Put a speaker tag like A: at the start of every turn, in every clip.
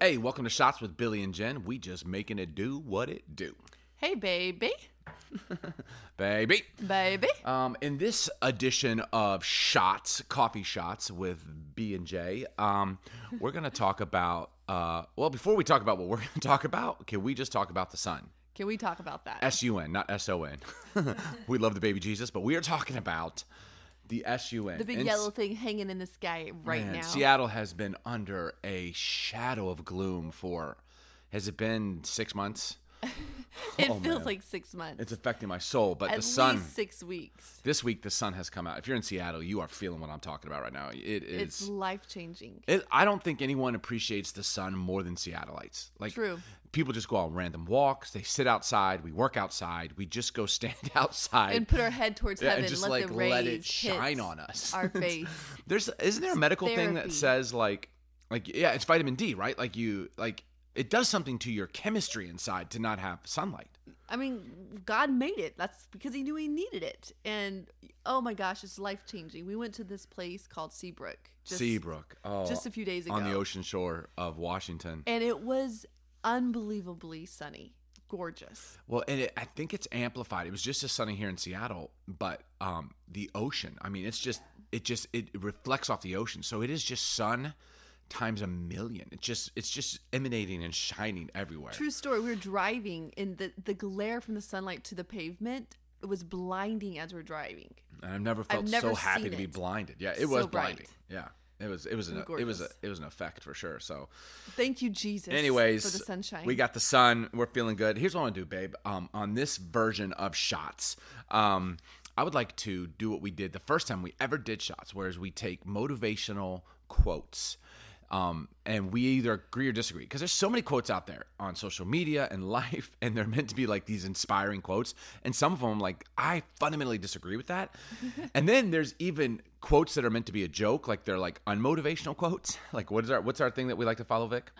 A: Hey, welcome to Shots with Billy and Jen. We just making it do what it do,
B: Hey, baby.
A: baby.
B: Baby.
A: Um, in this edition of Shots, Coffee Shots with B and J, um, we're gonna talk about. Uh, well, before we talk about what we're gonna talk about, can we just talk about the sun?
B: Can we talk about that?
A: S U N, not S O N. We love the baby Jesus, but we are talking about the S U N.
B: The big yellow thing hanging in the sky right
A: Man,
B: now.
A: Seattle has been under a shadow of gloom for. Has it been six months?
B: it
A: oh,
B: feels
A: man.
B: like six months.
A: It's affecting my soul, but
B: At
A: the sun.
B: least six weeks.
A: This week, the sun has come out. If you're in Seattle, you are feeling what I'm talking about right now. It
B: It's,
A: is.
B: life changing.
A: It, I don't think anyone appreciates the sun more than Seattleites. Like,
B: True.
A: people just go on random walks. They sit outside. We work outside. We just go stand outside
B: And put our head towards
A: Yeah,
B: heaven.
A: and just
B: let
A: like
B: the rays
A: let it
B: hit
A: shine on us.
B: Our face.
A: There's isn't there a medical thing that
B: therapy.
A: says like like yeah, it's vitamin D, right? Like you like it does something to your chemistry inside to not have sunlight.
B: I mean, God made it. That's because He knew He needed it. And oh my gosh, it's life changing. We went to this place called Seabrook. Just,
A: Seabrook, oh,
B: Just a few days ago.
A: on the ocean shore of Washington.
B: And it was unbelievably sunny. Gorgeous.
A: Well, and it, I think it's amplified. It was just as sunny here in Seattle, but um, the ocean. I mean, it's just it just it reflects off the ocean, so it is just sun times a million. It's just it's just emanating and shining everywhere.
B: True story. We were driving, and the the glare from the sunlight to the pavement was blinding as we are driving.
A: And I've never felt
B: never
A: so happy
B: seen
A: to be
B: it.
A: blinded. Yeah, it
B: So
A: was
B: bright.
A: blinding. Yeah. It was it was an it was a,
B: gorgeous.
A: it was an effect for sure. So
B: Thank you, Jesus.
A: anyways,
B: for the sunshine.
A: We got the sun. We're feeling good. Here's what I want to do, babe. Um, on this version of shots, um, I would like to do what we did the first time we ever did shots, whereas we take motivational quotes. Um, and we either agree or disagree because there's so many quotes out there on social media and life, and they're meant to be like these inspiring quotes. And some of them, like, I fundamentally disagree with that. and then there's even quotes that are meant to be a joke, like they're like unmotivational quotes. Like, what is our what's our thing that we like to follow, Vic?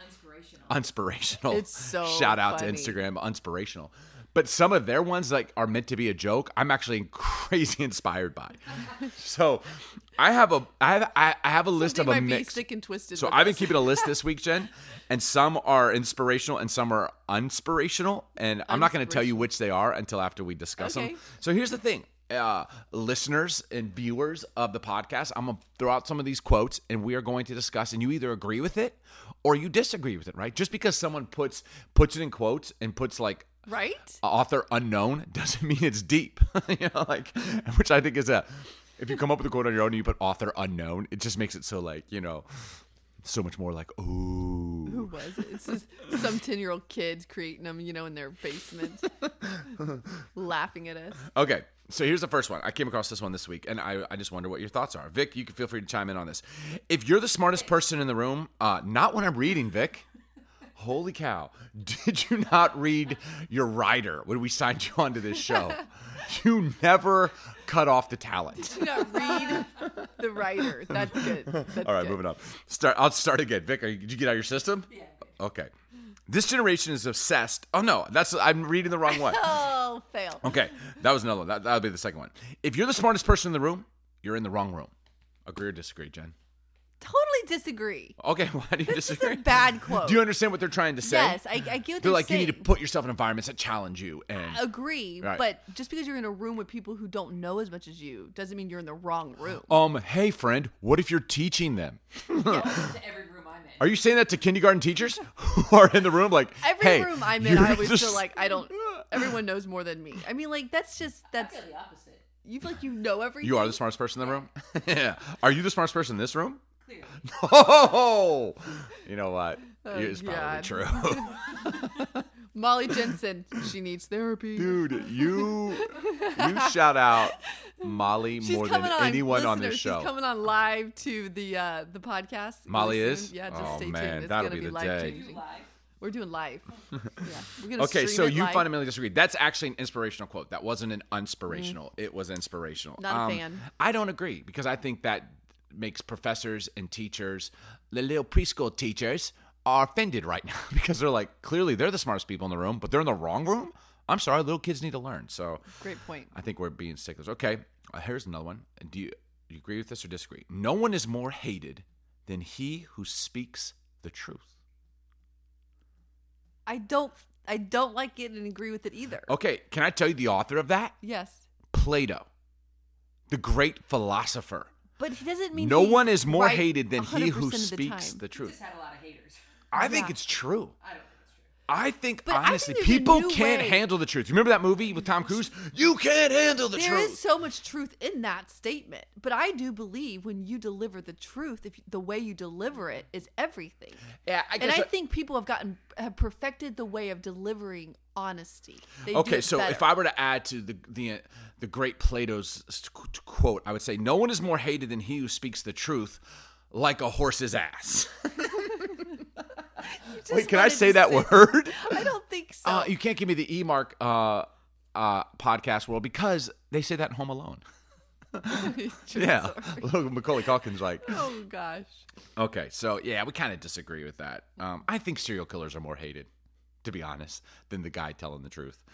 A: Unspirational.
B: It's so
A: shout out
B: funny.
A: to Instagram, Unspirational. But some of their ones like are meant to be a joke. I'm actually crazy inspired by. so I have a I have I I have a list
B: Something
A: of a
B: might
A: mix.
B: be sick and twisted.
A: So
B: with
A: I've been
B: us.
A: keeping a list this week, Jen, and some are inspirational and some are unspirational. And I'm not going to tell you which they are until after we discuss
B: Okay.
A: them. So here's the thing. Uh, listeners and viewers of the podcast, I'm gonna throw out some of these quotes, and we are going to discuss. And you either agree with it or you disagree with it, right? Just because someone puts puts it in quotes and puts like
B: right.
A: author unknown doesn't mean it's deep. you know, like which I think is a if you come up with a quote on your own and you put author unknown, it just makes it so like, you know, so much more like, ooh.
B: Who was it? It's just some ten year old kids creating them, you know, in their basement, laughing at us.
A: Okay. So here's the first one. I came across this one this week, and I, I just wonder what your thoughts are. Vic, you can feel free to chime in on this. If you're the smartest person in the room, uh, not when I'm reading, Vic. Holy cow. Did you not read your rider when we signed you onto this show? You never cut off the talent.
B: Do not read the writer. That's good. That's
A: All right,
B: good.
A: moving up. Start. I'll start again. Vic, are you, did you get out of your system? Yeah. Okay. This generation is obsessed. Oh no, that's I'm reading the wrong one.
B: Oh, fail.
A: Okay, that was another one. That, that'll be the second one. If you're the smartest person in the room, you're in the wrong room. Agree or disagree, Jen?
B: Totally disagree.
A: Okay, why do you
B: It's a
A: disagree?
B: bad quote.
A: Do you understand what they're trying to say?
B: yes, I, I get what
A: They're
B: they're
A: like you need to
B: saying.
A: put yourself in environments that challenge you, and
B: agree,
A: Right.
B: but just because you're in a room with people who don't know as much as you doesn't mean you're in the wrong room.
A: um, hey friend, what if you're teaching them?
C: to every room I'm in.
A: Are you saying that to kindergarten teachers who are in the room? Like
B: Every
A: hey,
B: room I'm in,
A: you're
B: I always
A: just-
B: feel like I don't. Everyone knows more than me. I mean, like that's just that's
C: the opposite.
B: you feel like you know everything.
A: You are the smartest person in the room. yeah. Are you the smartest person in this room?
C: Clearly.
A: Oh, you know what? it's
B: Oh, God.
A: probably true,
B: Molly Jensen. She needs therapy.
A: dude. You you shout out Molly
B: She's
A: more than
B: coming on
A: anyone on this
B: listeners,
A: show.
B: She's coming on live to the uh, the podcast. really
A: Molly
B: soon.
A: is?
B: Yeah, just
A: Oh,
B: stay
A: man,
B: tuned. It's
A: that'll
B: gonna
A: be
B: be,
A: the day.
B: live
C: You
B: changing.
C: live.
B: We're doing live. Yeah, we're gonna
A: okay,
B: stream
A: so
B: it
A: you
B: live.
A: fundamentally disagree. That's actually an inspirational quote. That wasn't an unspirational. It was inspirational.
B: Mm.
A: Um,
B: Not a fan.
A: I don't agree because I think that makes professors and teachers, the little preschool teachers, are offended right now because they're like, clearly they're the smartest people in the room, but they're in the wrong room. I'm sorry, little kids need to learn. So
B: Great point.
A: I think we're being sticklers. Okay, uh, here's another one. Do you, do you agree with this or disagree? No one is more hated than he who speaks the truth.
B: I don't I don't like it and agree with it either.
A: Okay, can I tell you the author of that?
B: Yes.
A: Plato, the great philosopher.
B: But he doesn't mean
A: no
B: he's
A: one is more
B: right
A: hated than he
B: 100%
A: who
B: of the
A: speaks
B: time.
A: the,
C: He
A: truth.
C: just had a lot of haters.
A: I think
B: Yeah.
A: it's true.
C: I don't think it's true.
A: I think
B: But I think
A: honestly,
B: there's a
A: people
B: new
A: can't
B: way.
A: handle the truth. You remember that movie with Tom Cruise? You can't handle the
B: There
A: truth.
B: is so much truth in that statement, but I do believe when you deliver the truth, if you- the way you deliver it is everything.
A: yeah, I
B: And
A: guess.
B: I
A: I-
B: think people have gotten have perfected the way of delivering honesty. They do
A: okay,
B: it
A: so
B: better.
A: if I were to add to the the the great Plato's s- quote, I would say, "No one is more hated than he who speaks the truth." Like a horse's ass.
B: Just
A: Wait, can I
B: wanted to
A: say that word?
B: I don't think so.
A: Uh, you can't give me the E mark uh, uh, podcast world because they say that in Home Alone. Yeah, Look, Macaulay Calkins like.
B: Oh gosh.
A: Okay, so yeah, we kind of disagree with that. Um, I think serial killers are more hated, to be honest, than the guy telling the truth.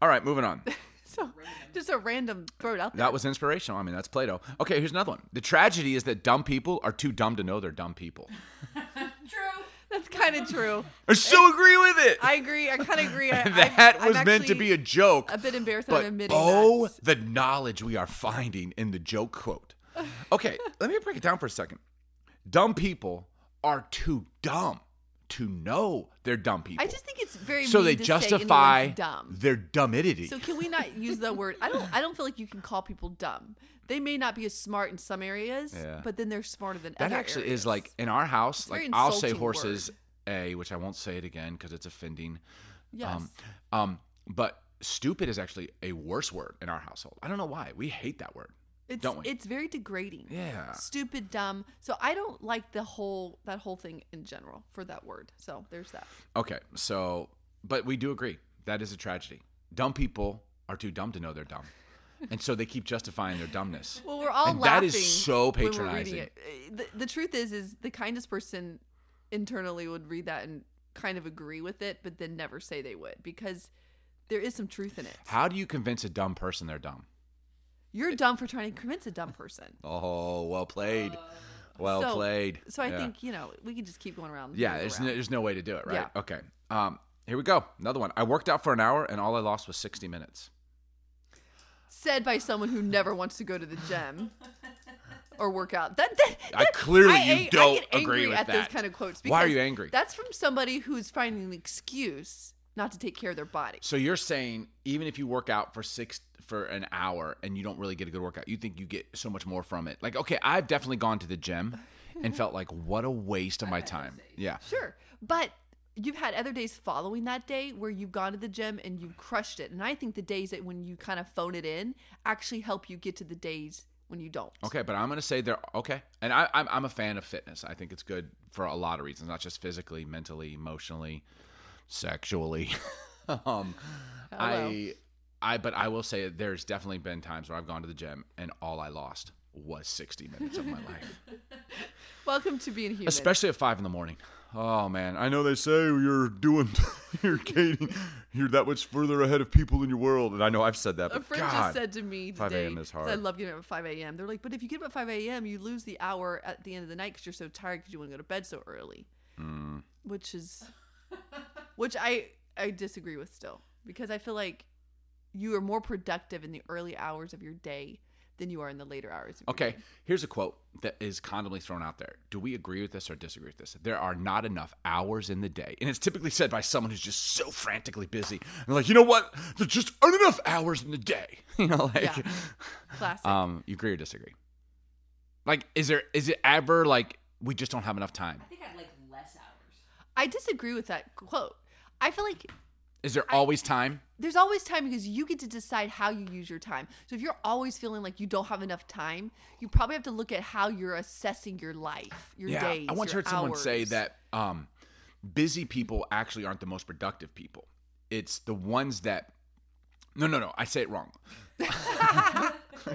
A: All right, moving on.
B: So just a random throw it out there.
A: That was inspirational. I mean, that's Plato. Okay, here's another one. The tragedy is that dumb people are too dumb to know they're dumb people.
C: True.
B: That's kind of true.
A: I still agree with it.
B: I agree. I kind of agree. I,
A: that
B: I'm-
A: was
B: I'm
A: meant to
B: actually
A: be a joke.
B: a bit embarrassed. that I'm
A: but
B: admitting
A: oh,
B: that.
A: the knowledge we are finding in the joke quote. Okay, let me break it down for a second. Dumb people are too dumb to know they're dumb people.
B: I just think it's very
A: so
B: mean
A: they
B: to say
A: justify
B: anyone's dumb.
A: their dumbidity.
B: So can we not use the word? I don't. I don't feel like you can call people dumb. They may not be as smart in some areas,
A: Yeah.
B: but then they're smarter than
A: that
B: other
A: actually
B: areas.
A: is like um, in our house.
B: a very
A: like I'll say
B: insulting
A: horses
B: word.
A: a, which I won't say it again because it's offending.
B: yes.
A: Um, um, but stupid is actually a worse word in our household. I don't know why we hate that word.
B: it's
A: don't we?
B: it's very degrading.
A: Yeah.
B: Stupid, dumb. So I don't like the whole that whole thing in general for that word. So there's that.
A: Okay, so but we do agree that is a tragedy. Dumb people are too dumb to know they're dumb, and so they keep justifying their dumbness.
B: Well, we're all
A: And that
B: laughing.
A: is so
B: when we're reading
A: patronizing.
B: it. The, the truth is, is the kindest person internally would read that and kind of agree with it, but then never say they would because there is some truth in it.
A: How do you convince a dumb person they're dumb?
B: You're dumb for trying to convince a dumb person.
A: Oh, well played, well
B: So-
A: played.
B: So I
A: Yeah.
B: think you know we can just keep going around. and
A: yeah,
B: go
A: there's
B: around.
A: no, there's no way to do it, right?
B: Yeah.
A: Okay. Um, here we go. Another one. I worked out for an hour, and all I lost was sixty minutes.
B: said by someone who never wants to go to the gym or work out. That, that,
A: I
B: that-
A: clearly
B: I,
A: you
B: I- I
A: don't
B: get
A: agree
B: angry
A: with
B: at
A: that.
B: those kind of quotes.
A: Why are you
B: because
A: angry?
B: That's from somebody who's finding an excuse not to take care of their body.
A: So you're saying even if you work out for six for an hour and you don't really get a good workout, you think you get so much more from it. Like, okay, I've definitely gone to the gym and felt like what a waste of my time. Yeah.
B: Sure. But you've had other days following that day where you've gone to the gym and you've crushed it. And I think the days that when you kind of phone it in actually help you get to the days when you don't.
A: Okay, but I'm gonna say they're okay, and I, I'm I'm a fan of fitness. I think it's good for a lot of reasons, not just physically, mentally, emotionally, sexually. um, I I but I will say there's definitely been times where I've gone to the gym and all I lost was 60 minutes of my life,
B: Welcome to being human.
A: especially at five in the morning. Oh man, I know they say you're doing you're gaining you're that much further ahead of people in your world, and I know I've said that.
B: a
A: But
B: friend
A: God,
B: just said to me
A: 5
B: today,
A: a.m. is
B: 'cause I
A: hard.
B: love getting up at 5 a.m. They're like, but if you get up at 5 a.m., you lose the hour at the end of the night because you're so tired because you want to go to bed so early.
A: Mm.
B: Which is, which I I disagree with still because I feel like you are more productive in the early hours of your day than you are in the later hours. Of
A: Okay, here's a quote that is commonly thrown out there. Do we agree with this or disagree with this? There are not enough hours in the day. And it's typically said by someone who's just so frantically busy. And like, you know what? There just aren't enough hours in the day. You know, like
B: Yeah. Your classic.
A: um, you agree or disagree? Like, is there is it ever like we just don't have enough time?
C: I think I'd like less hours.
B: I disagree with that quote. I feel like
A: Is there always time?
B: there's always time because you get to decide how you use your time. So if you're always feeling like you don't have enough time, you probably have to look at how you're assessing your life, your
A: Yeah.
B: days.
A: I once
B: your
A: heard someone say
B: hours.
A: that um, busy people actually aren't the most productive people. It's the ones that no, no, no. I say it wrong.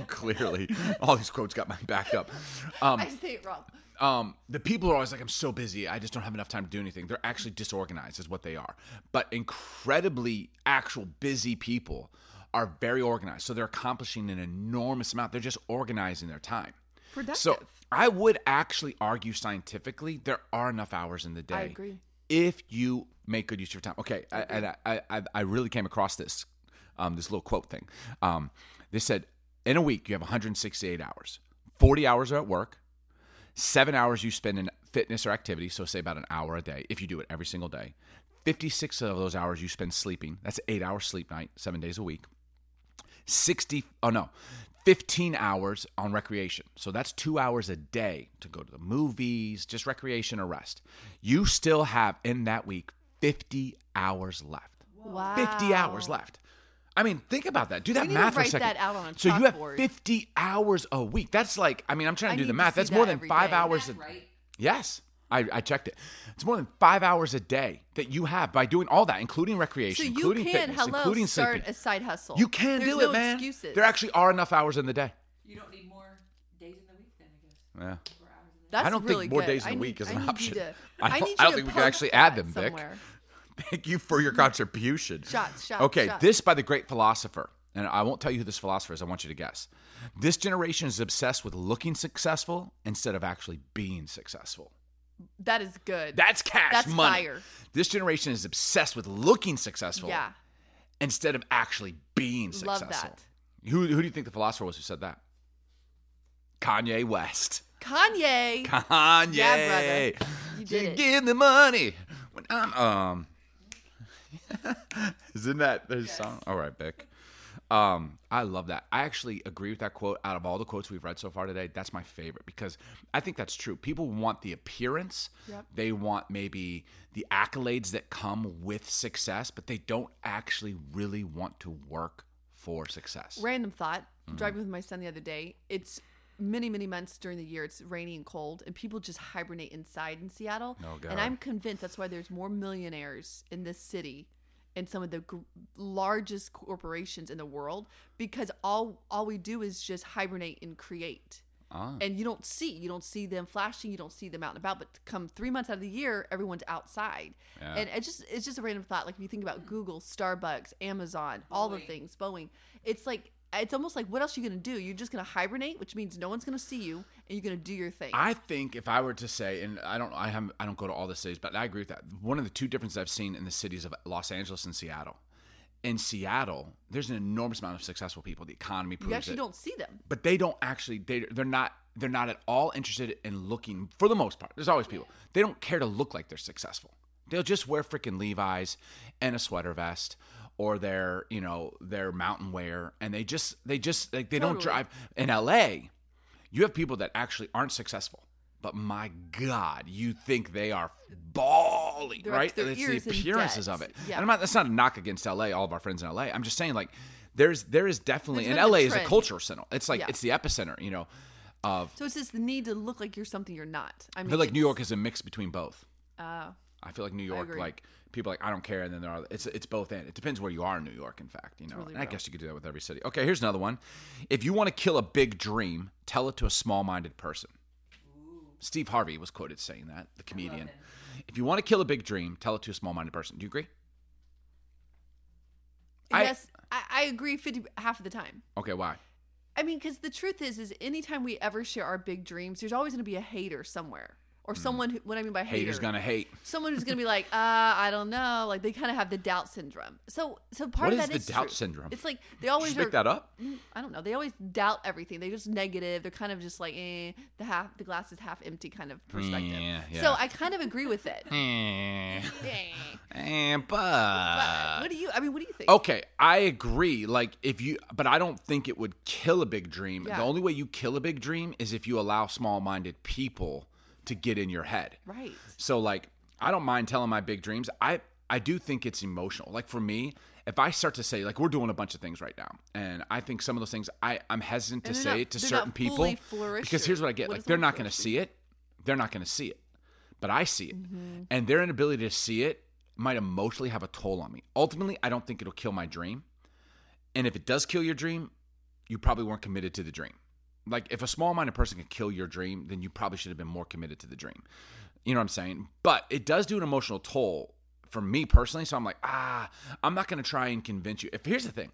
A: Clearly, all these quotes got my back up. Um,
B: I say it wrong.
A: um, the people are always like, "I'm so busy, I just don't have enough time to do anything." They're actually disorganized, is what they are. But incredibly actual busy people are very organized, so they're accomplishing an enormous amount. They're just organizing their time.
B: Productive.
A: So I would actually argue scientifically there are enough hours in the day.
B: I agree.
A: if you make good use of your time. Okay, I, and I, I I- I really came across this um, this little quote thing. Um, they said in a week you have 168 hours. 40 hours are at work. Seven hours you spend in fitness or activity, so say about an hour a day if you do it every single day. 56 of those hours you spend sleeping. That's eight hours sleep night, seven days a week. 60 oh no 15 hours on recreation so that's two hours a day to go to the movies just recreation or rest you still have in that week 50 hours left
B: Wow.
A: 50 hours left i mean think about that do that
B: need to
A: math for a
B: write
A: second
B: that out on a
A: so you have
B: chalkboard.
A: 50 hours a week that's like i mean i'm trying to
B: I
A: do the
B: need to
A: math
B: see
A: that's more
B: that
A: than
B: every
A: five
B: day.
A: hours a,
C: right?
A: yes I, I checked it. It's more than five hours a day that you have by doing all that, including
B: So
A: recreation,
B: you
A: including
B: can,
A: fitness,
B: hello,
A: including
B: start
A: sleeping.
B: a side hustle.
A: You can
B: There's
A: do
B: no
A: it, man.
B: Excuses.
A: There actually are enough hours in the day.
C: You don't need more days in the week then, I guess.
A: Yeah.
C: Or hours in the
B: That's
A: I don't think
B: really
A: more
B: good.
A: days in
B: I
A: a
B: need-
A: week is
B: I
A: an
B: need you
A: option.
B: to-
A: I
B: I
A: don't-
B: need
A: I don't
B: you
A: think
B: to
A: we can
B: post
A: actually add
B: that
A: them, Vic.
B: somewhere.
A: Thank you for your contribution.
B: Shots, shots,
A: Okay,
B: shots.
A: this by the great philosopher, and I won't tell you who this philosopher is. I want you to guess. This generation is obsessed with looking successful instead of actually being successful.
B: That is good.
A: That's cash
B: That's
A: money.
B: fire.
A: This generation is obsessed with looking successful
B: yeah.
A: instead of actually being
B: Love
A: successful.
B: that.
A: Who, who do you think the philosopher was who said that? Kanye West.
B: Kanye.
A: Kanye.
B: Yeah, brother. You
A: You
B: did it.
A: give the money when I'm um. Isn't that their song? All right, Beck. Um, I love that. I actually agree with that quote. Out of all the quotes we've read so far today, that's my favorite because I think that's true. People want the appearance.
B: Yep.
A: They want maybe the accolades that come with success, but they don't actually really want to work for success.
B: Random thought.
A: Mm-hmm.
B: Driving with my son the other day. It's many, many months during the year. It's rainy and cold, and people just hibernate inside in Seattle.
A: Oh, God.
B: And I'm convinced that's why there's more millionaires in this city and some of the gr- largest corporations in the world because all all we do is just hibernate and create.
A: Ah.
B: And you don't see, you don't see them flashing, you don't see them out and about. But come three months out of the year, everyone's outside,
A: Yeah.
B: and it just it's just a random thought. Like if you think about Google, Starbucks, Amazon, all the
C: Boeing.
B: things, Boeing. It's like it's almost like what else are you gonna do? You're just gonna hibernate, which means no one's gonna see you, and you're gonna do your thing.
A: I think if I were to say, and I don't, I haven't, I don't go to all the cities, but I agree with that. One of the two differences I've seen in the cities of Los Angeles and Seattle. In Seattle, there's an enormous amount of successful people. The economy proves
B: you actually
A: it,
B: don't see them.
A: but they don't actually. They they're not they're not at all interested in looking for the most part. There's always people. They don't care to look like they're successful. They'll just wear freaking Levi's and a sweater vest or their you know their mountain wear, and they just they just like they don't
B: Totally.
A: drive in L.A you have people that actually aren't successful but my god you think they are bawling
B: They're up
A: right
B: to their
A: it's
B: ears
A: the
B: in
A: appearances
B: debt.
A: of it
B: Yeah.
A: and i'm not that's not a knock against la all of our friends in la i'm just saying like there's there is definitely
B: There's
A: and
B: been
A: la
B: a
A: is a
B: trend.
A: culture center it's like
B: Yeah.
A: it's the epicenter you know of
B: So it's just the need to look like you're something you're not. I
A: I
B: mean,
A: feel like
B: it's-
A: new york is a mix between both
B: Uh,
A: i feel like new york
B: agree.
A: like people are like i don't care and then there are it's it's both and it depends where you are in new york in fact you know
B: really
A: and i
B: real.
A: guess you could do that with every city okay here's another one if you want to kill a big dream tell it to a small-minded person Steve Harvey was quoted saying that, the comedian. If you want to kill a big dream, tell it to a small minded person. Do you agree? I-
B: yes, I, I agree. Fifty half of the time.
A: Okay, why?
B: I mean, because the truth is, is anytime we ever share our big dreams, there's always going to be a hater somewhere, or someone who. What I mean by hater,
A: Hmm. Haters gonna hate.
B: someone who's going to be like, uh, I don't know, like they kind of have the doubt syndrome. So, so part
A: What
B: of
A: is
B: that
A: the doubt
B: true.
A: syndrome?
B: It's like they always
A: Just
B: are.
A: make that up.
B: Mm, I don't know. They always doubt everything. They're just negative. They're kind of just like eh, the half the glass is half empty kind of perspective.
A: Mm, Yeah,
B: So
A: yeah.
B: I kind of agree with it.
A: Eh,
B: Eh.
A: eh,
B: But
A: but
B: what do you? I mean, what do you think?
A: Okay, I agree. Like if you but I don't think it would kill a big dream.
B: Yeah.
A: The only way you kill a big dream is if you allow small minded people to get in your head.
B: Right.
A: So like I don't mind telling my big dreams. I I do think it's emotional. Like for me, if I start to say like we're doing a bunch of things right now, and I think some of those things I I'm hesitant to
B: And they're
A: say
B: not-
A: it to
B: they're
A: certain
B: not fully
A: people
B: flourished
A: because here's what I get:
B: What
A: like
B: is
A: they're
B: fully
A: not going to
B: flourished?
A: see it, they're not going to see it, but I see it,
B: Mm-hmm.
A: and their inability to see it might emotionally have a toll on me. Ultimately, I don't think it'll kill my dream, and if it does kill your dream, you probably weren't committed to the dream. Like if a small minded person could kill your dream, then you probably should have been more committed to the dream. You know what I'm saying? But it does do an emotional toll for me personally. So I'm like, ah, I'm not gonna try and convince you. If here's the thing,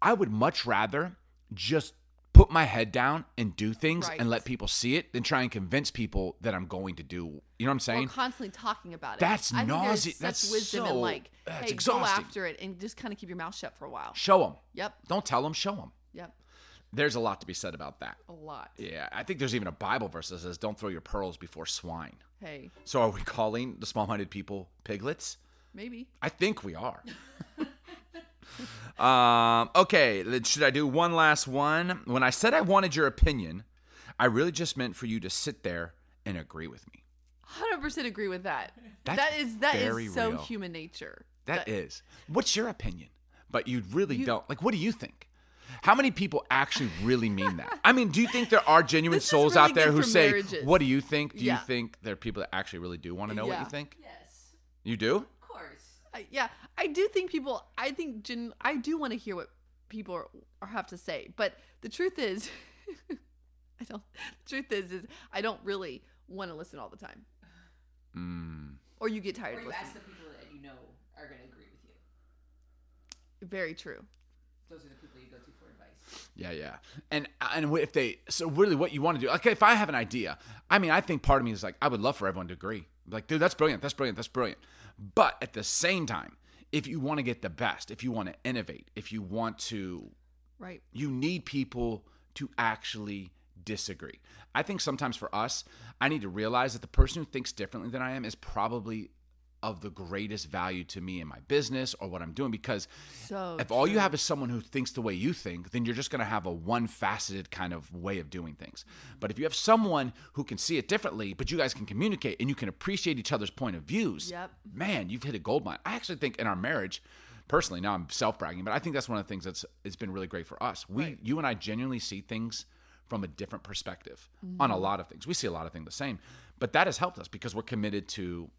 A: I would much rather just put my head down and do things
B: Right.
A: and let people see it than try and convince people that I'm going to do. You know what I'm
B: We're
A: saying?
B: constantly talking about it.
A: That's
B: I think there's
A: nauseous.
B: such
A: That's
B: wisdom
A: so-
B: in like,
A: that's
B: hey, go
A: exhausting.
B: after it and just kind of keep your mouth shut for a while.
A: Show 'em. show them.
B: Yep,
A: Don't tell them. Show them.
B: yep,
A: There's a lot to be said about that.
B: a lot.
A: Yeah, I think there's even a Bible verse that says, "Don't throw your pearls before swine."
B: Hey,
A: So are we calling the small-minded people piglets?
B: maybe
A: I think we are. um, okay, let- should I do one last one? When I said I wanted your opinion, I really just meant for you to sit there and agree with me.
B: hundred percent agree with that.
A: That's
B: that is that
A: very
B: is so
A: real.
B: human nature.
A: that is. What's your opinion? But you really don't. Like, what do you think? How many people actually really mean that? I mean, do you think there are genuine
B: This is
A: souls
B: really
A: out there
B: good
A: who
B: for
A: say,
B: marriages.
A: What do you think? Do
B: Yeah.
A: you think there are people that actually really do want to know what
B: Yeah.
A: you think?
C: Yes,
A: You do?
C: of course.
B: I, yeah, I do think people. I think gen, I do want to hear what people are, are have to say, but the truth is, I don't. The truth is, is I don't really want to listen all the time,
A: Mm.
B: or you get
C: Or
B: tired of
C: you
B: listening.
C: ask the people that you know are going to agree with you.
B: Very true.
C: Those are the people you go to for advice.
A: Yeah, yeah. And and if they so really what you want to do? Okay, if I have an idea, I mean, I think part of me is like I would love for everyone to agree. Like, dude, that's brilliant. That's brilliant. That's brilliant. But at the same time, if you want to get the best, if you want to innovate, if you want to
B: Right.
A: you need people to actually disagree. I think sometimes for us, I need to realize that the person who thinks differently than I am is probably of the greatest value to me in my business or what I'm doing because
B: So
A: if all you
B: Oh, true.
A: have is someone who thinks the way you think, then you're just going to have a one faceted kind of way of doing things. But if you have someone who can see it differently, but you guys can communicate and you can appreciate each other's point of views,
B: Yep.
A: man, you've hit a gold mine. I actually think in our marriage, personally, now I'm self bragging, but I think that's one of the things that's it's been really great for us. We,
B: Right.
A: you and I, genuinely see things from a different perspective on a
B: Mm-hmm.
A: lot of things. We see a lot of things the same, but that has helped us because we're committed to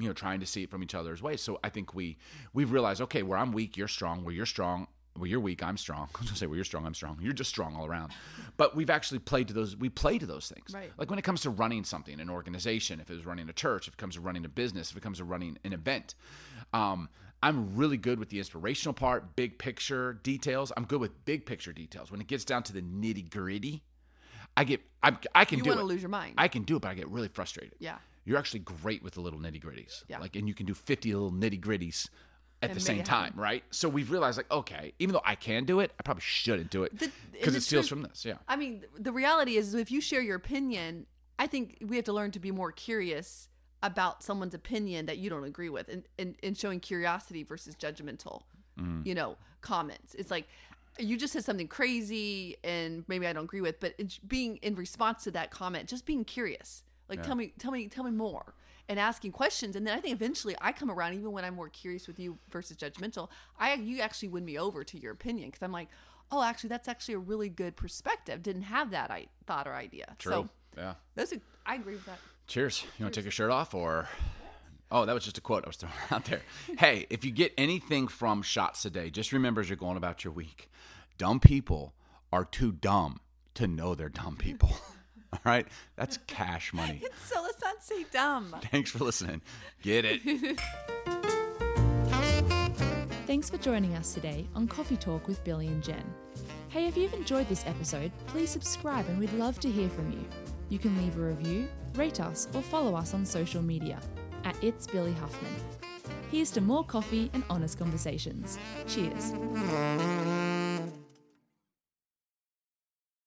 A: you know trying to see it from each other's way so i think we we've realized okay where i'm weak you're strong where you're strong where you're weak i'm strong i was gonna say where you're strong i'm strong you're just strong all around but we've actually played to those we play to those things
B: Right.
A: like when it comes to running something an organization if it was running a church if it comes to running a business if it comes to running an event um I'm really good with the inspirational part, big picture details. I'm good with big picture details. When it gets down to the nitty gritty, I get I, I can
B: You
A: do
B: want
A: it.
B: to lose your mind.
A: I can do it, but I get really frustrated
B: yeah.
A: you're actually great with the little nitty gritties.
B: Yeah.
A: Like, and you can do 50 little nitty gritties at
B: And
A: the
B: make
A: same
B: it
A: time,
B: happen.
A: right? So we've realized, like, okay, even though I can do it, I probably shouldn't do it
B: The-
A: because
B: and
A: it
B: the
A: steals
B: truth-
A: from this. Yeah.
B: I mean, th- the reality is, if you share your opinion, I think we have to learn to be more curious about someone's opinion that you don't agree with, and and, and showing curiosity versus judgmental, you know, comments. It's like you just said something crazy, and maybe I don't agree with, but it's being in response to that comment, just being curious, like tell me, tell me, tell me more. And asking questions, and then I think eventually I come around. Even when I'm more curious with you versus judgmental, I you actually win me over to your opinion because I'm like, oh, actually, that's actually a really good perspective. Didn't have that I thought or idea.
A: True.
B: So
A: yeah.
B: those are, I agree with that.
A: Cheers. You want to take your shirt off or? Oh, that was just a quote I was throwing out there. Hey, if you get anything from shots today, just remember as you're going about your week, dumb people are too dumb to know they're dumb people. All right? That's cash money.
B: So let's not say dumb.
A: Thanks for listening. Get it.
D: Thanks for joining us today on Coffee Talk with Billy and Jen. Hey, if you've enjoyed this episode, please subscribe and we'd love to hear from you. You can leave a review, rate us, or follow us on social media at It's Billy Huffman. Here's to more coffee and honest conversations. Cheers.